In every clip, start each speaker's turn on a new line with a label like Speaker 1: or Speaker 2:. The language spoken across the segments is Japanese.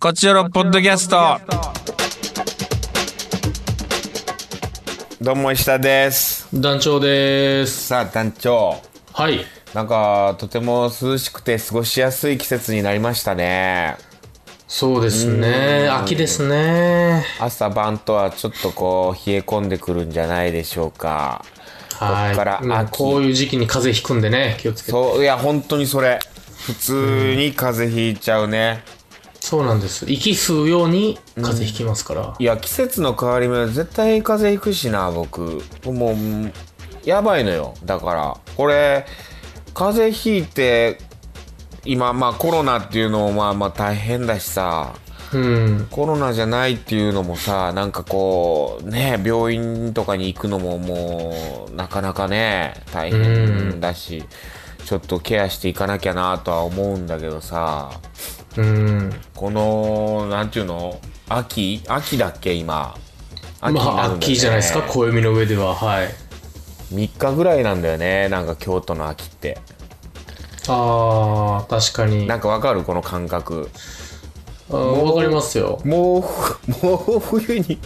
Speaker 1: こちらのポッドキャスト。
Speaker 2: どうも石田です
Speaker 3: 団長です。
Speaker 2: さあ団長
Speaker 3: はい。
Speaker 2: なんかとても涼しくて過ごしやすい季節になりましたね
Speaker 3: そうですね。秋ですね。
Speaker 2: 朝晩とはちょっとこう冷え込んでくるんじゃないでしょうか
Speaker 3: はい。
Speaker 2: こっから
Speaker 3: うん
Speaker 2: 秋
Speaker 3: こういう時期に風邪ひくんでね、気をつけて。
Speaker 2: そういや本当にそれ普通に風邪ひいちゃうね、
Speaker 3: そうなんです。息吸うように風邪ひきますから。
Speaker 2: いや季節の変わり目は絶対風邪ひくしな僕もううんやばいのよだからこれ風邪ひいて今まあコロナっていうのもまあまあ大変だしさ
Speaker 3: うん。
Speaker 2: コロナじゃないっていうのもさなんかこうね病院とかに行くのももうなかなかね大変だし、ちょっとケアしていかなきゃなとは思うんだけどさ
Speaker 3: うん。
Speaker 2: このなんていうの秋秋だっけ今秋
Speaker 3: ま
Speaker 2: になるんだよ
Speaker 3: あ、
Speaker 2: ね
Speaker 3: 秋じゃないですか、暦の上では。はい。
Speaker 2: 3日ぐらいなんだよねなんか京都の秋って
Speaker 3: あー、確かに。
Speaker 2: な
Speaker 3: あ
Speaker 2: んかわかるこの感覚
Speaker 3: ーわかりますよ。
Speaker 2: もうふもう冬に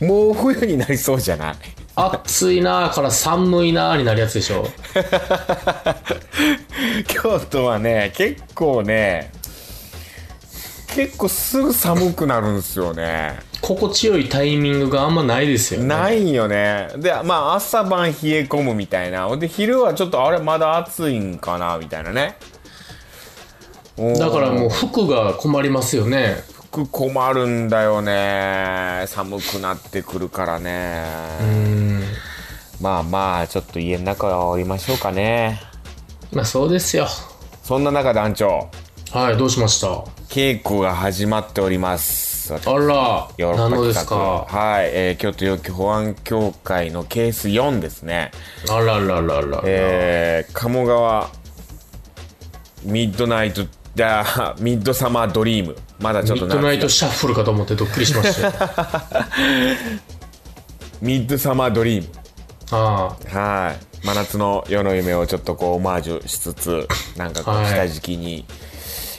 Speaker 2: もう冬になりそうじゃない
Speaker 3: 暑いなーから寒いなーになるやつでしょ。
Speaker 2: 京都はね結構ね結構すぐ寒くなるんですよね
Speaker 3: 心地よいタイミングがあんまないですよね。
Speaker 2: ないよねでまあ朝晩冷え込むみたいなほんで昼はちょっとあれまだ暑いんかなみたいなね
Speaker 3: だからもう
Speaker 2: う
Speaker 3: 服が困りますよね。
Speaker 2: 服困るんだよね寒くなってくるからね
Speaker 3: うん。
Speaker 2: まあまあちょっと家の中はおりましょうかね
Speaker 3: まあそうですよ。
Speaker 2: そんな中団長
Speaker 3: はい、どうしました
Speaker 2: 稽古が始まっております
Speaker 3: あら、
Speaker 2: ヨーロッ
Speaker 3: 何
Speaker 2: パ
Speaker 3: の
Speaker 2: 企
Speaker 3: です
Speaker 2: 画
Speaker 3: か。
Speaker 2: はい、えー京都要求保安協会のケース4ですね、
Speaker 3: あららららら。
Speaker 2: えー鴨川ミッドナイトだ ミッドサマードリームまだちょっ
Speaker 3: ミ
Speaker 2: と
Speaker 3: ッ
Speaker 2: 夏
Speaker 3: ド
Speaker 2: が
Speaker 3: ナイトシャッフルかと思ってドッキリしましたよ。
Speaker 2: ミッドサマードリーム
Speaker 3: あ
Speaker 2: はい真夏の夜の夢をちょっとこうオマージュしつつなんかこ
Speaker 3: は
Speaker 2: う
Speaker 3: い
Speaker 2: 下敷きに、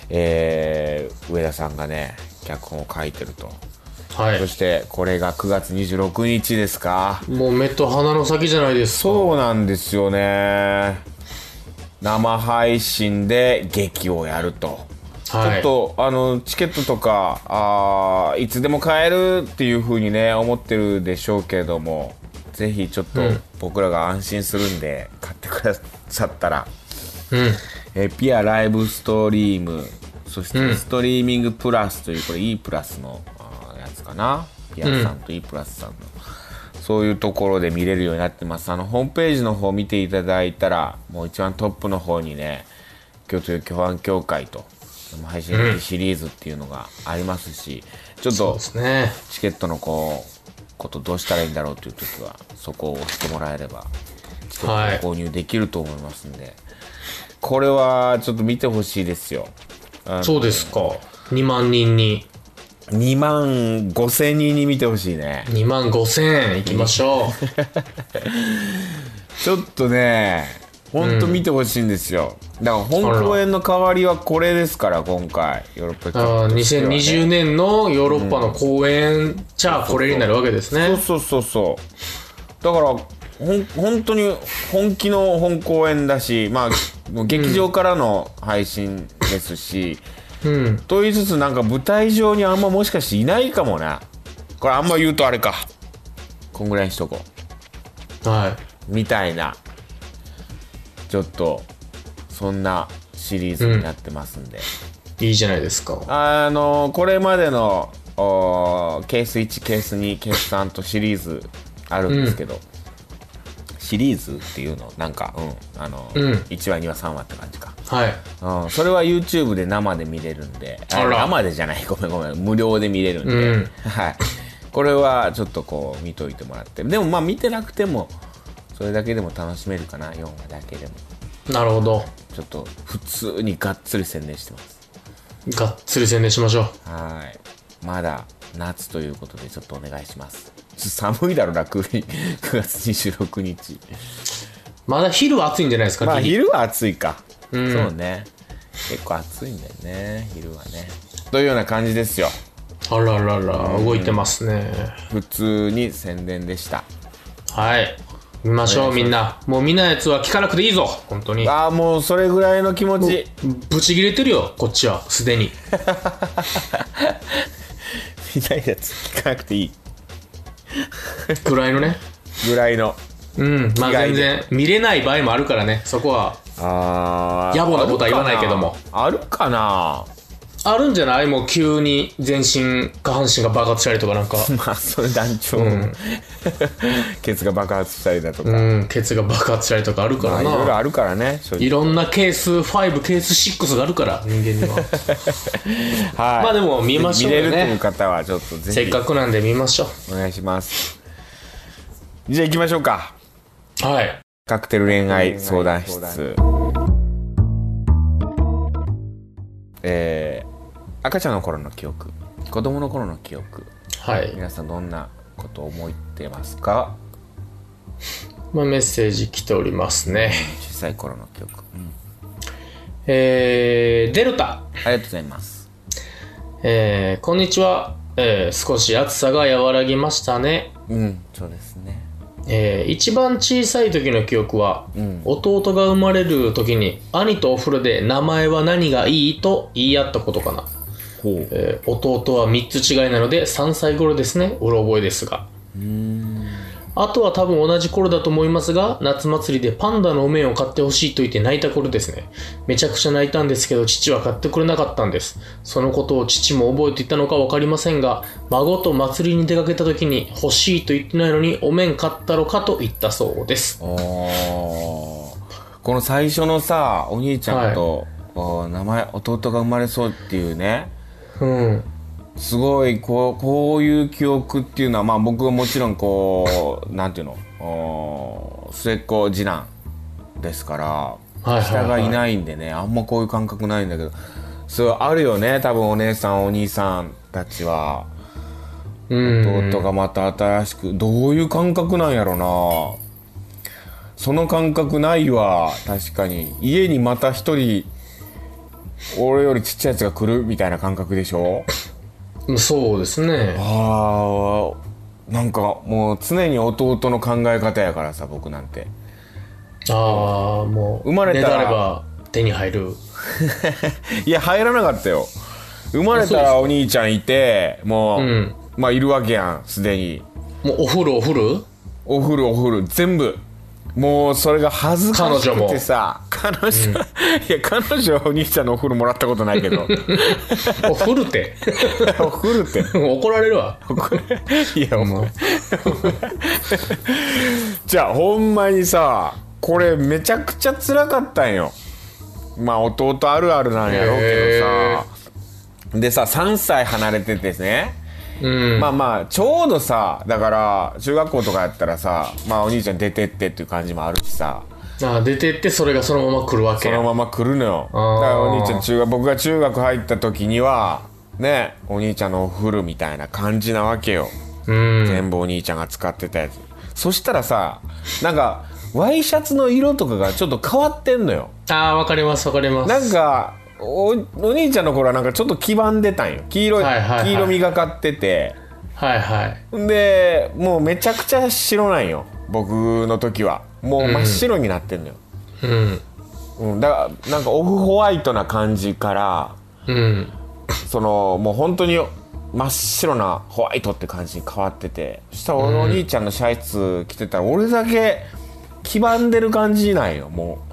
Speaker 2: えー上田さんがね脚本を書いてると
Speaker 3: あ、は
Speaker 2: そ
Speaker 3: い。
Speaker 2: してこれが9月26日ですか
Speaker 3: もう目と鼻の先じゃないですか。
Speaker 2: そうなんですよね生配信で劇をやると、
Speaker 3: は
Speaker 2: ち
Speaker 3: い。
Speaker 2: ょっとあのチケットとかあーいつでも買えるっていう風にね思ってるでしょうけどもぜひちょっと僕らが安心するんで買ってくださったら、
Speaker 3: うん。
Speaker 2: えーピアライブストリームそしてストリーミングプラスというこれ E プラスのあーやつかなピアさんと E プラスさんの、そういうところで見れるようになってますあのホームページの方見ていただいたらもう一番トップの方にね京都教安協会と生配信シリーズっていうのがありますし、ちょっ
Speaker 3: そう
Speaker 2: と
Speaker 3: ですね。
Speaker 2: チケットのこうことどうしたらいいんだろうという時はそこを押してもらえればチケットを購入できると思いますんで、これはちょっと見てほしいですよ
Speaker 3: そうですか。2万人に
Speaker 2: 2万5千人に見てほしいね
Speaker 3: 2万5千円いきましょ
Speaker 2: ちょっとねほんと見てほしいんですよ、だから本公演の代わりはこれですから今回ヨーロッパ
Speaker 3: う。あー2020年のヨーロッパの公演じゃあこれになるわけですね。
Speaker 2: そうそうそうそうだからほん本当に本気の本公演だしまあもう劇場からの配信ですし、
Speaker 3: うん。
Speaker 2: と言いつつなんか舞台上にあんまもしかしていないかもなこれあんま言うとあれかこんぐらいにしとこ
Speaker 3: は
Speaker 2: うみたいなちょっとそんなシリーズになってますんで、
Speaker 3: い。いいじゃないですか。
Speaker 2: あのこれまでのおーケース1ケース2ケース3とシリーズあるんですけど、シリーズっていうのなんかうんあの、
Speaker 3: うん
Speaker 2: 1話2話3話って感じか、
Speaker 3: はい。
Speaker 2: うん、それは YouTube で生で見れるんであ
Speaker 3: あら
Speaker 2: 生でじゃないごめんごめん無料で見れるんで、
Speaker 3: うん
Speaker 2: はいこれはちょっとこう見といてもらってでもまあ見てなくてもそれだけでも楽しめるかな4話だけでも
Speaker 3: なるほど。
Speaker 2: ちょっと普通にがっつり宣伝してます
Speaker 3: がっつり宣伝しましょう。
Speaker 2: はい。まだ夏ということでちょっとお願いします。ちょっと寒いだろな、9, 9月26日。
Speaker 3: まだ昼は暑いんじゃないですか、
Speaker 2: まあ
Speaker 3: ギリ
Speaker 2: 昼は暑いか。
Speaker 3: ん
Speaker 2: そうね。結構暑いんだよね、昼はね。というような感じですよ
Speaker 3: あららら、動いてますね。
Speaker 2: 普通に宣伝でした
Speaker 3: はい。見ましょう、みんな。もう見ないやつは聞かなくていいぞ、本当に。
Speaker 2: ああもうそれぐらいの気持ち
Speaker 3: ぶち切れてるよ、こっちは、すでに。
Speaker 2: 見たいやつ聞かなくていい
Speaker 3: くらいのね。
Speaker 2: ぐらいの
Speaker 3: うん、まあ
Speaker 2: 意外
Speaker 3: 全
Speaker 2: に
Speaker 3: 然、見れない場合もあるからね、そこは。
Speaker 2: ああ
Speaker 3: 野暮なことは言わないけども
Speaker 2: あるかな
Speaker 3: あるんじゃないもう急に全身、下半身が爆発したりと かなんか、
Speaker 2: まあそれ団長、 ケツが爆発したりだとか、
Speaker 3: うん、ケツが爆発したりとかあるか
Speaker 2: まあ
Speaker 3: ら
Speaker 2: いろいろ
Speaker 3: な。
Speaker 2: あるからね正
Speaker 3: い
Speaker 2: 直
Speaker 3: ろんなケース5、ケース6があるから、人間 には。
Speaker 2: はい
Speaker 3: まあでも見ましょう
Speaker 2: 見
Speaker 3: よ
Speaker 2: れ
Speaker 3: ね
Speaker 2: るという方はちょっと
Speaker 3: せ
Speaker 2: ぜ
Speaker 3: っ
Speaker 2: ひ
Speaker 3: かくなんで見ましょ
Speaker 2: お願いしますじゃあ行きましょうか
Speaker 3: う。はい。
Speaker 2: カクテル恋愛相談室えー、赤ちゃんの頃の記憶子供の頃の記憶
Speaker 3: はい。
Speaker 2: 皆さんどんなことを思ってますか
Speaker 3: まあ、メッセージ来ておりますね。
Speaker 2: 小さい頃の記憶、うん
Speaker 3: えー、デルタ。
Speaker 2: ありがとうございます
Speaker 3: えー、こんにちは。えー、少し暑さが和らぎましたね。
Speaker 2: うんそうですね
Speaker 3: えー、一番小さい時の記憶は、
Speaker 2: ん
Speaker 3: 弟が生まれる時に兄とお風呂で名前は何がいいと言い合ったことかな。
Speaker 2: ほう
Speaker 3: えー弟は3つ違いなので3歳頃ですねうろ覚えですがあとは多分同じ頃だと思いますが夏祭りでパンダのお面を買ってほしいと言って泣いた頃ですねめちゃくちゃ泣いたんですけど父は買ってくれなかったんですそのことを父も覚えていたのか分かりませんが孫と祭りに出かけた時に欲しいと言ってないのにお面買ったろかと言ったそうです
Speaker 2: おーこの最初のさお兄ちゃんと、お名前弟が生まれそうっていうね
Speaker 3: うん
Speaker 2: すごいこうこういう記憶っていうのはまあ僕はもちろんこう なんていうのおー末っ子次男ですから、
Speaker 3: はいはいはい
Speaker 2: 下がいないんでねあんまこういう感覚ないんだけどそうあるよね多分お姉さんお兄さんたちは
Speaker 3: うん
Speaker 2: 弟がまた新しくどういう感覚なんやろなその感覚ないわ確かに家にまた一人俺よりちっちゃいやつが来るみたいな感覚でしょ
Speaker 3: そうですね
Speaker 2: ああなんかもう常に弟の考え方やからさ僕なんて
Speaker 3: ああもう
Speaker 2: 生まれたら
Speaker 3: ねだれば手に入る
Speaker 2: いや入らなかったよ生まれた
Speaker 3: あそうです
Speaker 2: らお兄ちゃんいてもう、
Speaker 3: ん
Speaker 2: まあいるわけやんすでに
Speaker 3: もうお風呂お風呂
Speaker 2: お風呂お風呂全部もうそれが恥ずかしくてさ彼女いや彼女はお兄ちゃんのお風呂もらったことない けど
Speaker 3: おふるて
Speaker 2: お風呂って
Speaker 3: 怒られるわ
Speaker 2: いやお
Speaker 3: もう
Speaker 2: 前じゃあほんまにさこれめちゃくちゃ辛かったんよまあ弟あるあるなんやろうけどさでさ3歳離れててね
Speaker 3: うん
Speaker 2: まあまあちょうどさだから中学校とかやったらさまあお兄ちゃん出てってっていう感じもあるしさ
Speaker 3: あ出てってそれがそのまま来るわけ
Speaker 2: そのまま来るのよだか
Speaker 3: あー
Speaker 2: らお兄ちゃん中学僕が中学入った時にはねお兄ちゃんのお風呂みたいな感じなわけよ
Speaker 3: うん
Speaker 2: 全部お兄ちゃんが使ってたやつそしたらさなんかワイシャツの色とかがちょっと変わってんのよ
Speaker 3: あーわかりますわかります
Speaker 2: なんかおお兄ちゃんの頃はなんかちょっと黄ばんでたんよ黄色い、
Speaker 3: はいはいはい
Speaker 2: 黄色みがかってて
Speaker 3: はいはい
Speaker 2: でもうめちゃくちゃ白なんよ僕の時はもう真っ白になってんのよ、
Speaker 3: うん
Speaker 2: うんだからなんかオフホワイトな感じから
Speaker 3: うん
Speaker 2: そのもう本当に真っ白なホワイトって感じに変わっててそしたら俺のお兄ちゃんのシャツ着てたら俺だけ黄ばんでる感じなんよも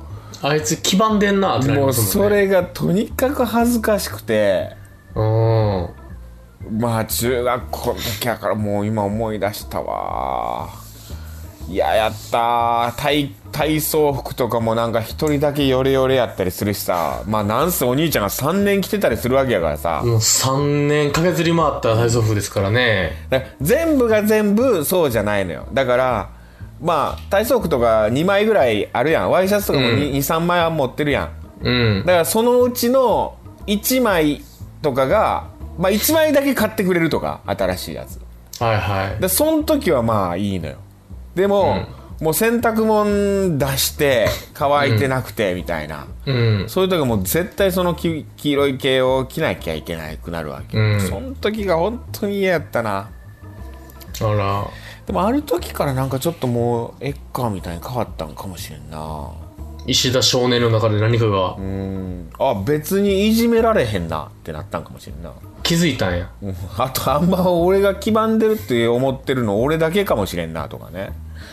Speaker 3: あいつ黄ばんでんなって
Speaker 2: う
Speaker 3: なり
Speaker 2: もう
Speaker 3: ますも
Speaker 2: そ
Speaker 3: んね
Speaker 2: れがとにかく恥ずかしくて
Speaker 3: うん
Speaker 2: まあ中学校の時やからもう今思い出したわいややったー体体操服とかもなんか一人だけヨレヨレやったりするしさまあなんせお兄ちゃんが3年着てたりするわけやからさ、
Speaker 3: もう3年かけずり回った体操服ですからね
Speaker 2: だから全部が全部そうじゃないのよだからまあ体操服とか2枚ぐらいあるやんワイシャツとかも23、枚は持ってるやん
Speaker 3: うん
Speaker 2: だからそのうちの1枚とかが、まあ、1枚だけ買ってくれるとか新しいやつ
Speaker 3: はいはい
Speaker 2: でその時はまあいいのよでも、もう洗濯物出して乾いてなくてみたいな、
Speaker 3: うん。
Speaker 2: そういう時はもう絶対そのき黄色い系を着なきゃいけなくなるわけ、
Speaker 3: うん
Speaker 2: その時が本当に嫌やったな
Speaker 3: あら。
Speaker 2: でもある時からなんかちょっともうえっかみたいに変わったんかもしれんな
Speaker 3: 石田少年の中で何かが
Speaker 2: うんあ別にいじめられへんなってなったんかもしれんな
Speaker 3: 気づいたんや。
Speaker 2: うんあとあんま俺が黄ばんでるって思ってるの俺だけかもしれんなとかね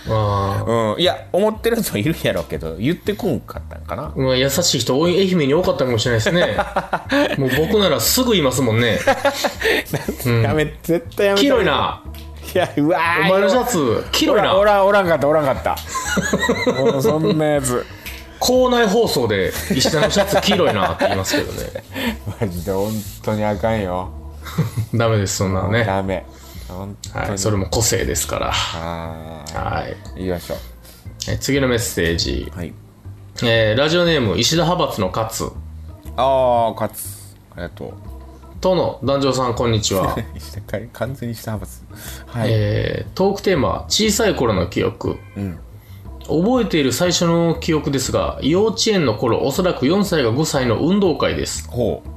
Speaker 3: ああ。
Speaker 2: うんいや思ってる人いるんやろうけど言ってこんかったんかな
Speaker 3: まあ、優しい人多い愛媛に多かったかもしれないです ねもう僕ならすぐいますもんね
Speaker 2: やめ絶対やめ
Speaker 3: 黄色いない
Speaker 2: やうわ
Speaker 3: お
Speaker 2: ー
Speaker 3: 前のシャツ黄
Speaker 2: お
Speaker 3: 色い
Speaker 2: らんお
Speaker 3: な
Speaker 2: らんおらんかったおらんかったもうそんなや つ
Speaker 3: 校内放送で石田のシャツ黄色いなって言いますけ どね
Speaker 2: マジで本当にあかんよ、
Speaker 3: ダメですそんなのね、
Speaker 2: ダメ本当に、
Speaker 3: はい、それも個性ですから
Speaker 2: ああ
Speaker 3: はい
Speaker 2: 言いましょう
Speaker 3: え次のメッセージ、
Speaker 2: はい
Speaker 3: えーラジオネーム石田派閥の勝
Speaker 2: ああ勝つありがとう
Speaker 3: との団長さんこんにち は
Speaker 2: 石田か完全に下派閥はい、
Speaker 3: えートークテーマ「小さい頃の記憶」
Speaker 2: ん
Speaker 3: 覚えている最初の記憶ですが幼稚園の頃おそらく4歳か5歳の運動会です
Speaker 2: ほう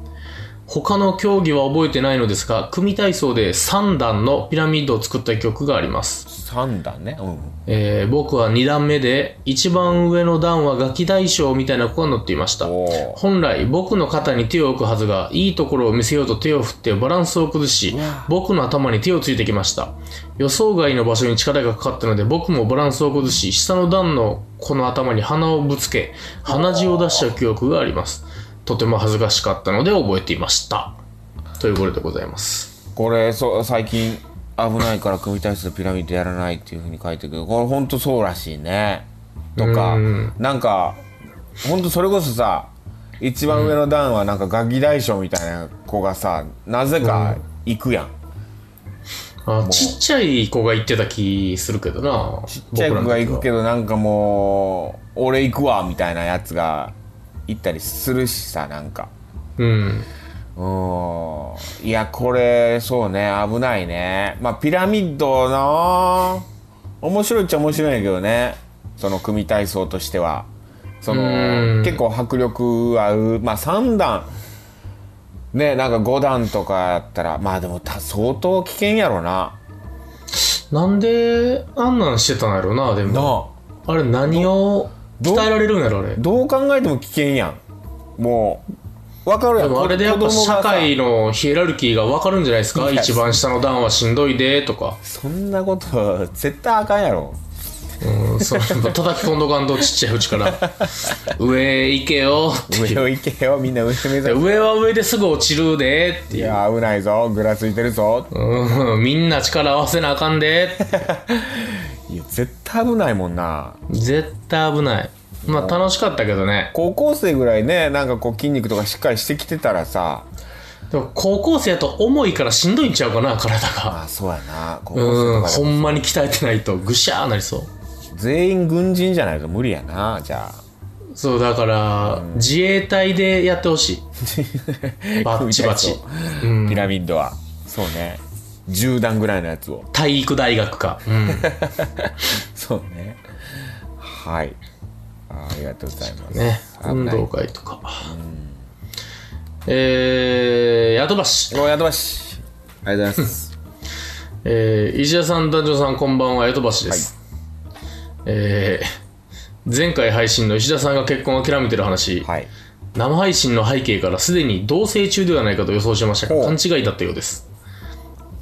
Speaker 3: 他の競技は覚えてないのですが組体操で3段のピラミッドを作った記憶があります、
Speaker 2: 三段ねうん
Speaker 3: えー僕は2段目で一番上の段はガキ大将みたいな子が乗っていました
Speaker 2: おー
Speaker 3: 本来僕の肩に手を置くはずがいいところを見せようと手を振ってバランスを崩し僕の頭に手をついてきました予想外の場所に力がかかったので僕もバランスを崩し下の段の子の頭に鼻をぶつけ鼻血を出した記憶がありますとても恥ずかしかったので覚えていましたということでございます
Speaker 2: これそう最近危ないから組体操とピラミッドやらないっていうふうに書いてるけどこれほんとそうらしいねとか
Speaker 3: うん
Speaker 2: なんかほんとそれこそさ一番上の段はなんかガキ大将みたいな子がさなぜか行くやん
Speaker 3: あちっちゃい子が言ってた気するけどなちっ
Speaker 2: ちっちゃい子が行くけどなんかもう俺行くわみたいなやつが行ったりするしさなんか
Speaker 3: うん
Speaker 2: うーんいやこれそうね危ないねまあピラミッドな面白いっちゃ面白いんやけどねその組体操としてはその結構迫力あるまあ3段ねなんか5段とかやったらまあでもた相当危険やろな
Speaker 3: なんであんなんしてたんやろなでも
Speaker 2: なあ
Speaker 3: あれ何を
Speaker 2: ど
Speaker 3: 鍛えられるんやろあれ
Speaker 2: どう考えても危険やんもう分かるや
Speaker 3: で
Speaker 2: ん
Speaker 3: もあれでやっ
Speaker 2: 子供
Speaker 3: ぱ
Speaker 2: が
Speaker 3: 社
Speaker 2: さ
Speaker 3: 会のヒエラルキーが分かるんじゃないですか
Speaker 2: いや
Speaker 3: 一番下の段はしんどいでとか、
Speaker 2: そんなこと絶対あかんやろ
Speaker 3: うん、そうやっぱ叩き込んどかんとちっちゃいうちから上行けよっていう
Speaker 2: 上を行けよみんな上目指せ
Speaker 3: 上は上ですぐ落ちるでって
Speaker 2: い
Speaker 3: いう、
Speaker 2: や危ないぞぐらついてるぞ
Speaker 3: うん、みんな力合わせなあかんで
Speaker 2: いや絶対危ないもんな
Speaker 3: 絶対危ないまあ楽しかったけどね
Speaker 2: 高校生ぐらいねなんかこう筋肉とかしっかりしてきてたらさ
Speaker 3: でも高校生やと重いからしんどいんちゃうかな体が
Speaker 2: あそうやな高校
Speaker 3: う
Speaker 2: 生
Speaker 3: ん
Speaker 2: とかで
Speaker 3: ほんまに鍛えてないとぐしゃーなりそう
Speaker 2: 全員軍人じゃないと無理やなじゃあ
Speaker 3: そうだから、自衛隊でやってほし いバッチバチ
Speaker 2: 組体操ピラミッドはそうね10段ぐらいのやつを
Speaker 3: 体育大学か、
Speaker 2: そうねはいあありがとうございます、
Speaker 3: ね
Speaker 2: 危
Speaker 3: 運
Speaker 2: ない
Speaker 3: 動会とか、えー、ヤドバシ、
Speaker 2: おやとばしありがとうございます
Speaker 3: えー、石田さん男女さんこんばんはヤドバシです、えー前回配信の石田さんが結婚を諦めてる話、
Speaker 2: はい
Speaker 3: 生配信の背景からすでに同棲中ではないかと予想してましたが
Speaker 2: ほう
Speaker 3: 勘違いだったようです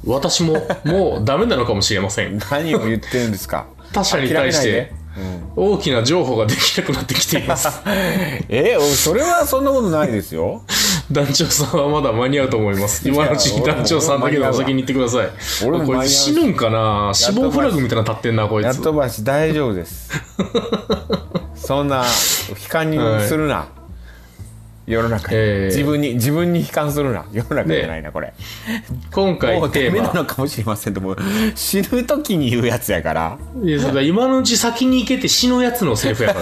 Speaker 3: 私 ももうダメなのかもしれません
Speaker 2: 何を言ってるんですか
Speaker 3: 他者に対して大きな譲歩ができなくなってきています
Speaker 2: えそれはそんなことないですよ
Speaker 3: 団長さんはまだ間に合うと思います今のうちに
Speaker 2: いや俺も
Speaker 3: 団長さんだけでお先に行ってください
Speaker 2: 俺も間に合う
Speaker 3: こいつ死ぬんかな死亡フラグみたいなの立ってんなこい
Speaker 2: や
Speaker 3: つ
Speaker 2: っとばし大丈夫 ですそんな悲観にするな、世の中に、
Speaker 3: えー
Speaker 2: 自分に自分に悲観するな世の中じゃないな、これ
Speaker 3: 今回
Speaker 2: もうダ
Speaker 3: テ
Speaker 2: メ
Speaker 3: ー
Speaker 2: な
Speaker 3: マ
Speaker 2: のかもしれませんともう死ぬ時に言うやつやから
Speaker 3: いやそうだ今のうち先に行けって死ぬやつのセリフやか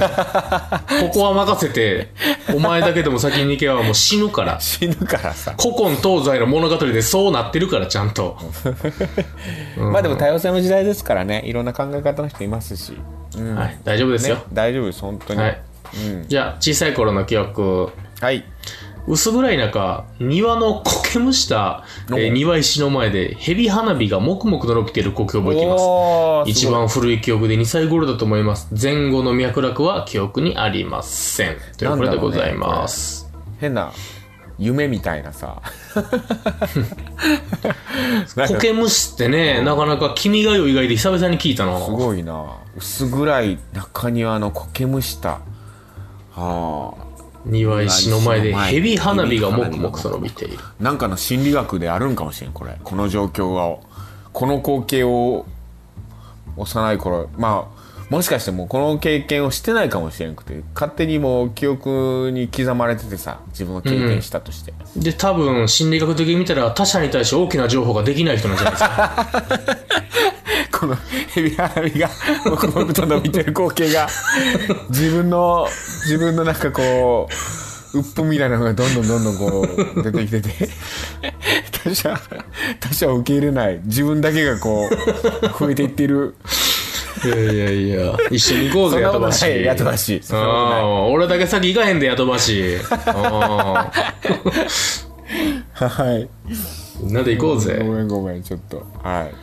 Speaker 3: ら ここは任せてお前だけでも先に行けばもう死ぬから
Speaker 2: 死ぬからさ、
Speaker 3: 古今東西の物語でそうなってるからちゃんと
Speaker 2: まあでも多様性の時代ですからねいろんな考え方の人いますし、うん
Speaker 3: はい、大丈夫ですよ、
Speaker 2: ね、大丈夫です本当に
Speaker 3: はい、じゃあ小さい頃の記憶
Speaker 2: はい
Speaker 3: 薄暗い中庭の苔むした、えー庭石の前で蛇花火がもくもくと伸びている光景を覚えています
Speaker 2: おー
Speaker 3: 一
Speaker 2: すごい
Speaker 3: 番古い記憶で2歳頃だと思います前後の脈絡は記憶にありませんということでございます、
Speaker 2: 変な夢みたいな さなんかす
Speaker 3: 苔むしってね、なかなか君が代以外で久々に聞いたな
Speaker 2: ごいな薄暗い中庭の苔むしたはあ
Speaker 3: 庭石の前で
Speaker 2: 庭石の前
Speaker 3: 蛇花火がもくもくと伸びている
Speaker 2: なんかの心理学であるんかもしれんこれこの状況はこの光景を幼い頃まあもしかしてもうこの経験をしてないかもしれんくて勝手にもう記憶に刻まれててさ自分が経験したとして、
Speaker 3: で多分心理学的に見たら他者に対して大きな情報ができない人なんじゃないです か
Speaker 2: このヘビ花火がもくもくと伸びてる光景が自分の自分のなんかこう鬱憤みたいなのがどんどんどんどんこう出てきてて他者他者を受け入れない自分だけがこう増えていっている
Speaker 3: いやいやいや、一緒に行こう
Speaker 2: そ
Speaker 3: ぜ、
Speaker 2: んな
Speaker 3: ヤ
Speaker 2: こと
Speaker 3: トバ
Speaker 2: な
Speaker 3: シ。
Speaker 2: いやとばしそんなこと
Speaker 3: あ
Speaker 2: ない
Speaker 3: あ、俺だけ先行かへんで、ヤト バシ。あ
Speaker 2: はい
Speaker 3: あ、みんなで行こう
Speaker 2: ご
Speaker 3: ぜ。
Speaker 2: めんごめんちょっとはい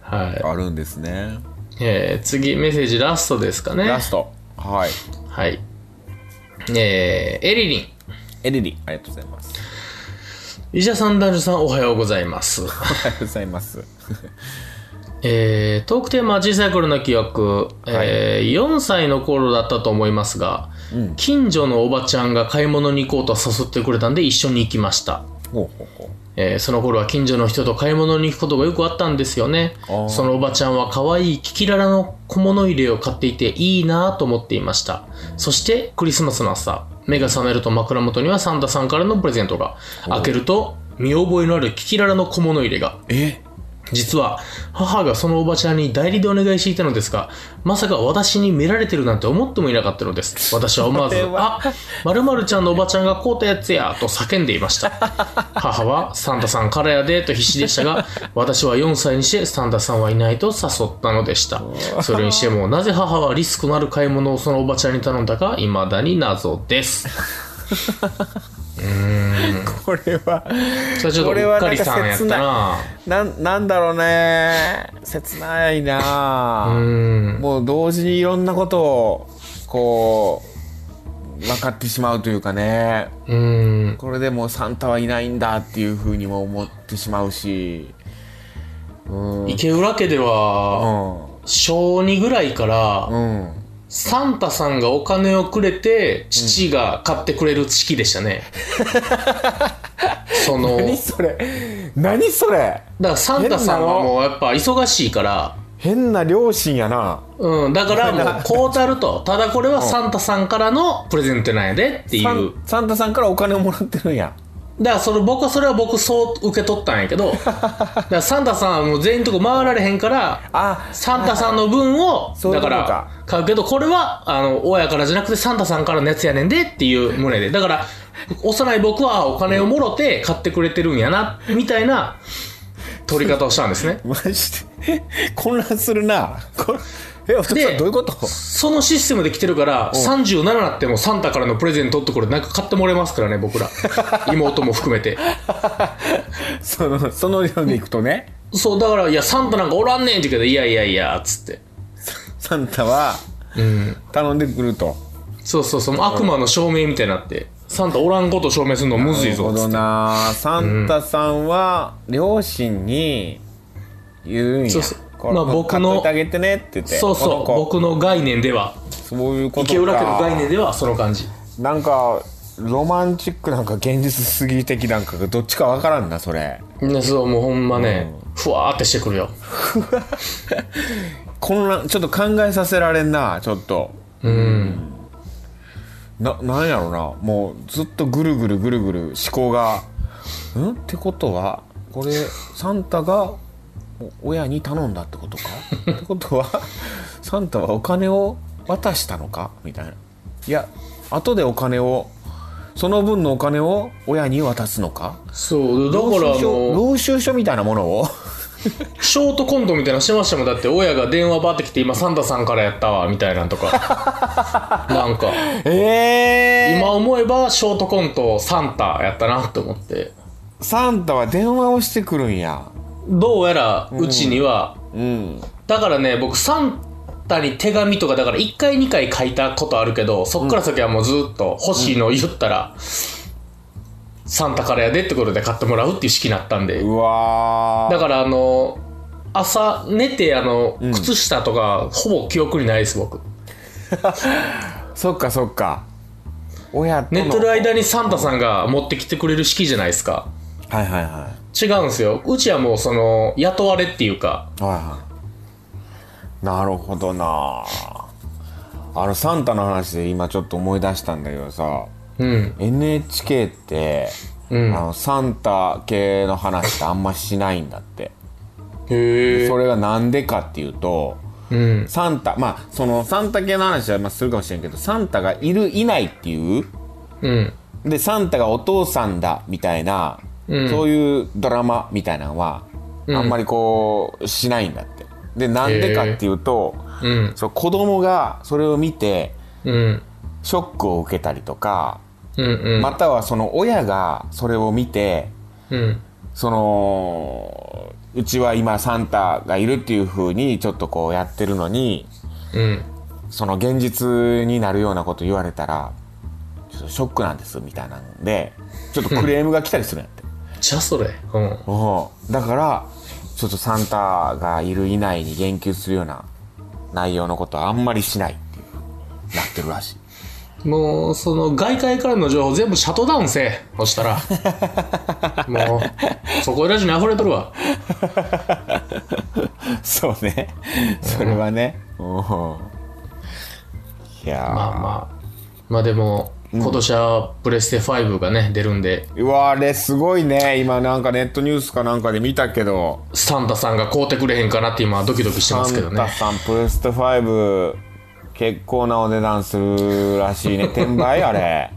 Speaker 3: はい。
Speaker 2: あるんですね
Speaker 3: えー、次、メッセージラストですかね
Speaker 2: ラ。ストはい
Speaker 3: はい。えー、エリリン。
Speaker 2: エリリありがとうございます
Speaker 3: 医者さん、男女さん、おはようございます。
Speaker 2: ありがとうございます
Speaker 3: えー、トークテーマは小さい頃の記憶、えー4歳の頃だったと思いますが、近所のおばちゃんが買い物に行こうと誘ってくれたんで一緒に行きました。
Speaker 2: ほうほうほ
Speaker 3: えーその頃は近所の人と買い物に行くことがよくあったんですよね
Speaker 2: あー
Speaker 3: そのおばちゃんは可愛いキキララの小物入れを買っていていいなぁと思っていましたそしてクリスマスの朝目が覚めると枕元にはサンタさんからのプレゼントが開けると見覚えのあるキキララの小物入れが
Speaker 2: うえ
Speaker 3: 実は母がそのおばちゃんに代理でお願いしていたのですがまさか私に見られてるなんて思ってもいなかったのです私は思わず
Speaker 2: それ
Speaker 3: 「あ
Speaker 2: は
Speaker 3: まるまるちゃんのおばちゃんがこうたやつや」と叫んでいました 母は「サンタさんからやで」と必死でした が私は4歳にしてサンタさんはいないと誘ったのでしたそれにしてもなぜ母はリスクのある買い物をそのおばちゃんに頼んだか未だに謎 です
Speaker 2: これは
Speaker 3: それちょっとうっかりさんやっ
Speaker 2: こ
Speaker 3: た
Speaker 2: れは
Speaker 3: な
Speaker 2: なんなんだろうね切ないな
Speaker 3: う
Speaker 2: あ
Speaker 3: ん
Speaker 2: もう同時にいろんなことをこう分かってしまうというかね
Speaker 3: うん
Speaker 2: これでもうサンタはいないんだっていうふうにも思ってしまうしうん
Speaker 3: 池浦家では、
Speaker 2: うん
Speaker 3: 小2ぐらいから、
Speaker 2: うん
Speaker 3: サンタさんがお金をくれて父が買ってくれる式でし たね、その
Speaker 2: 何
Speaker 3: だ
Speaker 2: それ何それ
Speaker 3: からサンタさんは
Speaker 2: 変なの
Speaker 3: もうやっぱ忙しいから
Speaker 2: 変な両親やな
Speaker 3: うん、だからもうこうたるとただこれはサンタさんからのプレゼントなんやでってい
Speaker 2: サ
Speaker 3: う
Speaker 2: ンサンタさんからお金をもらってるんや
Speaker 3: だからその僕はそれは僕そう受け取ったん やけどだからサンタさんはもう全員とこ回られへんから
Speaker 2: あ
Speaker 3: サンタさんの分を
Speaker 2: そうい
Speaker 3: だ
Speaker 2: うこ
Speaker 3: か
Speaker 2: とから
Speaker 3: 買うけどこれはあの親からじゃなくてサンタさんからのやつやねんでっていう胸でだから幼い僕はあお金をもろて買ってくれてるんやなみたいな取り方をしたんですね
Speaker 2: マジで混乱するなこれえお父さ
Speaker 3: で
Speaker 2: んどういうこと
Speaker 3: そのシステムで来てるから37になってもサンタからのプレゼントってこれなんか買ってもらえますからね 僕ら妹も含めて
Speaker 2: そのその量でいくとね、
Speaker 3: そうだからいやサンタなんかおらんねんって言うけどいやいやいやっつって
Speaker 2: サンタは
Speaker 3: うん
Speaker 2: 頼んでくると。
Speaker 3: そうそうそう悪魔の証明みたいになってサンタおらんことを証明するのむずい
Speaker 2: な
Speaker 3: ぞっ
Speaker 2: る
Speaker 3: つ
Speaker 2: ほど
Speaker 3: って
Speaker 2: な。サンタさんは両親に言うんや。
Speaker 3: そうそう
Speaker 2: これ
Speaker 3: まあ僕
Speaker 2: 買っと
Speaker 3: の
Speaker 2: いてあげてねって言って。
Speaker 3: そうそう
Speaker 2: この子
Speaker 3: 僕の概念では
Speaker 2: そういうことか。
Speaker 3: 池浦家の概念ではその感じ
Speaker 2: なんかロマンチックなんか現実すぎ的なんかがどっちかわからんなそれ。
Speaker 3: ねそうもうほんまね、ふわーってしてくるよ
Speaker 2: 混乱ちょっと考えさせられんなちょっと。
Speaker 3: うん
Speaker 2: ななんやろなもうずっとぐるぐるぐるぐる思考がんってことはこれサンタがお親に頼んだって ことかってことはサンタはお金を渡したのかみたいないや後でお金をその分のお金を親に渡すのか
Speaker 3: そうだから
Speaker 2: 領
Speaker 3: あ
Speaker 2: 収書
Speaker 3: の
Speaker 2: 領収書みたいなものを
Speaker 3: ショートコントみたいなのしてましたもんだって親が電話バーってきて今サンタさんからやったわみたいなんとか なんか
Speaker 2: ええ
Speaker 3: 今 思えばショートコントサンタやったなと思って
Speaker 2: サンタは電話をしてくるんや
Speaker 3: どうやらうちには、
Speaker 2: うん
Speaker 3: だからね僕サンタに手紙とかだから1回2回書いたことあるけどそっから先はもうずっと欲しいのを言ったら、サンタからやでってことで買ってもらうっていう式になったんで
Speaker 2: うわー
Speaker 3: だからあの朝寝てあの
Speaker 2: ん
Speaker 3: 靴下とかほぼ記憶にないです僕
Speaker 2: そっかそっか親との
Speaker 3: 寝てる間にサンタさんが持ってきてくれる式じゃないですか
Speaker 2: はいはいはい
Speaker 3: 違うんですようちはもうその雇われっていうか
Speaker 2: はいはいなるほどなあのサンタの話で今ちょっと思い出したんだけどさ
Speaker 3: うん
Speaker 2: NHK って、
Speaker 3: うん
Speaker 2: あのサンタ系の話ってあんましないんだって
Speaker 3: へえ
Speaker 2: それがなんでかっていうと
Speaker 3: うん
Speaker 2: サンタまあそのサンタ系の話はまあするかもしれんけどサンタがいるいないっていう
Speaker 3: うん
Speaker 2: でサンタがお父さんだみたいな、
Speaker 3: うん
Speaker 2: そういうドラマみたいなのは、あんまりこうしないんだってでなんでかっていうと、
Speaker 3: うん
Speaker 2: そう子供がそれを見て
Speaker 3: うん
Speaker 2: ショックを受けたりとか、
Speaker 3: うんうん
Speaker 2: またはその親がそれを見て
Speaker 3: うん
Speaker 2: そのうちは今サンタがいるっていう風にちょっとこうやってるのに
Speaker 3: うん
Speaker 2: その現実になるようなこと言われたらちょっとショックなんですみたいなんでちょっとクレームが来たりするんやって。
Speaker 3: じゃあそれうん
Speaker 2: おうだからちょっとサンタがいる以内に言及するような内容のことはあんまりしないっていうなってるら しい
Speaker 3: もうその外界からの情報全部シャットダウンせえそしたら もうそこいらじに溢れとるわ
Speaker 2: そうねそれはねおういやー、
Speaker 3: まあまあまあでも今年はプレステ5がね出るんで
Speaker 2: うわあれすごいね今なんかネットニュースかなんかで見たけど
Speaker 3: サンタさんが買うてくれへんかなって今ドキドキしてますけど
Speaker 2: サンタ
Speaker 3: ね
Speaker 2: さんプレステ5結構なお値段するら しいね転売あれ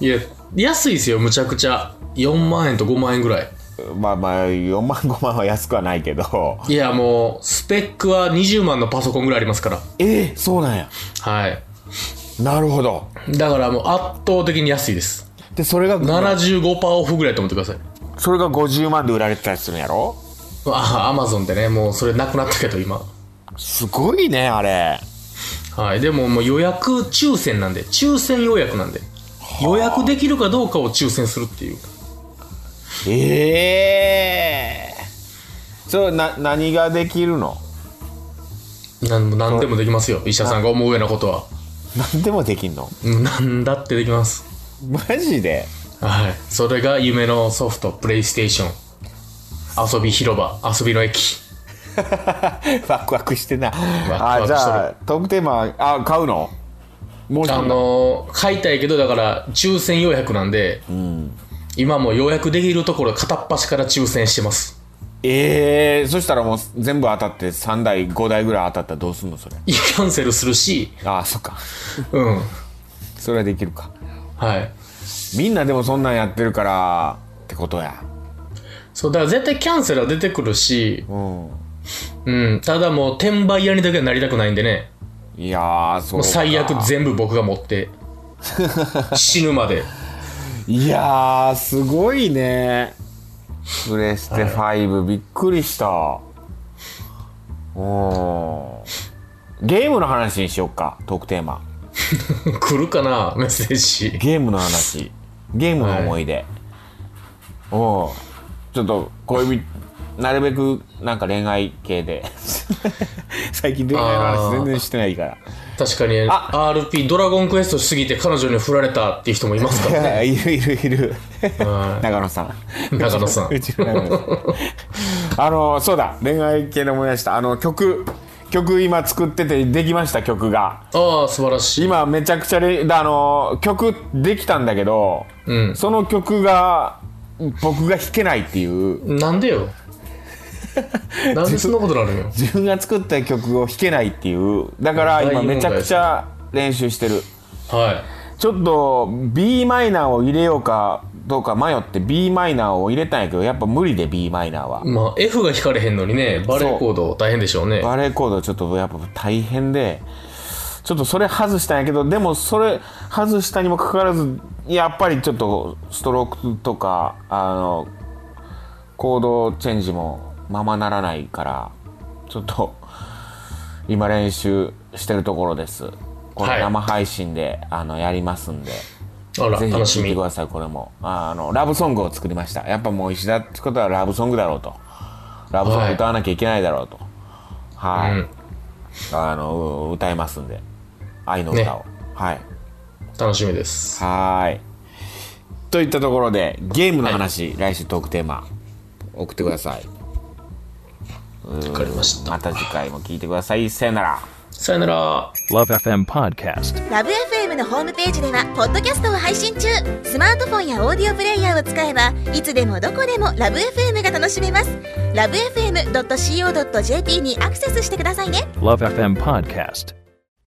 Speaker 3: いや安いですよむちゃくちゃ4万円と5万円ぐらい
Speaker 2: まあまあ4万5万は安くはないけど
Speaker 3: いやもうスペックは20万のパソコンぐらいありますから
Speaker 2: ええそうなんや
Speaker 3: はい
Speaker 2: なるほど
Speaker 3: だからもう圧倒的に安いです
Speaker 2: でそれが
Speaker 3: 75%オフぐらいと思ってください
Speaker 2: それが50万で売られてたりするんやろ
Speaker 3: あアマゾンでねもうそれなくなったけど今
Speaker 2: すごいねあれ
Speaker 3: はいでももう予約抽選なんで抽選予約なんで予約できるかどうかを抽選するっていう
Speaker 2: ええそれな何ができるの
Speaker 3: なん何でもできますよ医者さんが思うようなことは
Speaker 2: 何でもできんの
Speaker 3: うん何だってできます
Speaker 2: マジで
Speaker 3: はいそれが夢のソフトプレイステーション遊び広場遊びの駅
Speaker 2: ワクワクしてな
Speaker 3: ワク
Speaker 2: あ
Speaker 3: し
Speaker 2: じ
Speaker 3: とる
Speaker 2: ゃあトークテーマあ買うのもう
Speaker 3: あのー買いたいけどだから抽選予約なんで、今もう予約できるところ片っ端から抽選してます
Speaker 2: ええそしたらもう全部当たって3台5台ぐらい当たったらどうすんのそれ
Speaker 3: いやキャンセルするし
Speaker 2: ああそっか
Speaker 3: うん
Speaker 2: それはできるか
Speaker 3: はい
Speaker 2: みんなでもそんなんやってるからってことや
Speaker 3: そうだから絶対キャンセルは出てくるし、
Speaker 2: うん
Speaker 3: うん、ただもう転売屋にだけはなりたくないんでね
Speaker 2: いやーそう
Speaker 3: もう
Speaker 2: か
Speaker 3: 最悪全部僕が持って死ぬまで
Speaker 2: いやーすごいねプレステ5、びっくりしたおーゲームの話にしよっかトークテーマ
Speaker 3: 来るかなメッセージ
Speaker 2: ゲームの話ゲームの思い出、おーちょっと恋人なるべくなんか恋愛系で 最近恋愛の話全然してないから
Speaker 3: 確かに
Speaker 2: あ
Speaker 3: RP ドラゴンクエストしすぎて彼女に振られたっていう人もいますから ね
Speaker 2: いるいるいる
Speaker 3: は
Speaker 2: 長野さ ん
Speaker 3: い中野さん
Speaker 2: うちの長野さんあのそうだ恋愛系で思い出したあの曲曲今作っててできました曲が
Speaker 3: ああ素晴らしい
Speaker 2: 今めちゃくちゃレだあの曲できたんだけど、
Speaker 3: うん
Speaker 2: その曲が僕が弾けないっていう
Speaker 3: なんでよなんでそんなことなるんよ
Speaker 2: 自分が作った曲を弾けないっていうだから今めちゃくちゃ練習してる
Speaker 3: は
Speaker 2: ちょっと b マイナーを入れようかどうか迷って b マイナーを入れたんやけどやっぱ無理で b マイナーはい
Speaker 3: まあ F が弾かれへんのにねバレーコード大変でしょうね
Speaker 2: バレーコードちょっとやっぱ大変でちょっとそれ外したんやけどでもそれ外したにもかかわらずやっぱりちょっとストロークとかあのコードチェンジもままならないからちょっと今練習してるところですこ
Speaker 3: は
Speaker 2: れ
Speaker 3: い
Speaker 2: 生配信で、あのやりますんで
Speaker 3: あら
Speaker 2: ぜひ
Speaker 3: 楽
Speaker 2: 聴
Speaker 3: し
Speaker 2: いて
Speaker 3: み
Speaker 2: くださいこれもあのラブソングを作りましたやっぱもう石田ってことはラブソングだろうとラブソング歌わなきゃいけないだろうとはい、
Speaker 3: うん
Speaker 2: あのう歌いますんで愛の歌を、はい
Speaker 3: 楽しみです
Speaker 2: はーいといったところでゲームの話、来週トークテーマ送ってください
Speaker 3: わかりました
Speaker 2: また次回も聞いてくださいさよなら
Speaker 3: さよなら
Speaker 1: Love FM Podcast.
Speaker 4: ラブ f m のホームページではポッドキャストを配信中スマートフォンやオーディオプレイヤーを使えばいつでもどこでもラブ f m が楽しめますラブ FM.co.jp にアクセスしてくださいね
Speaker 1: Love FM Podcast.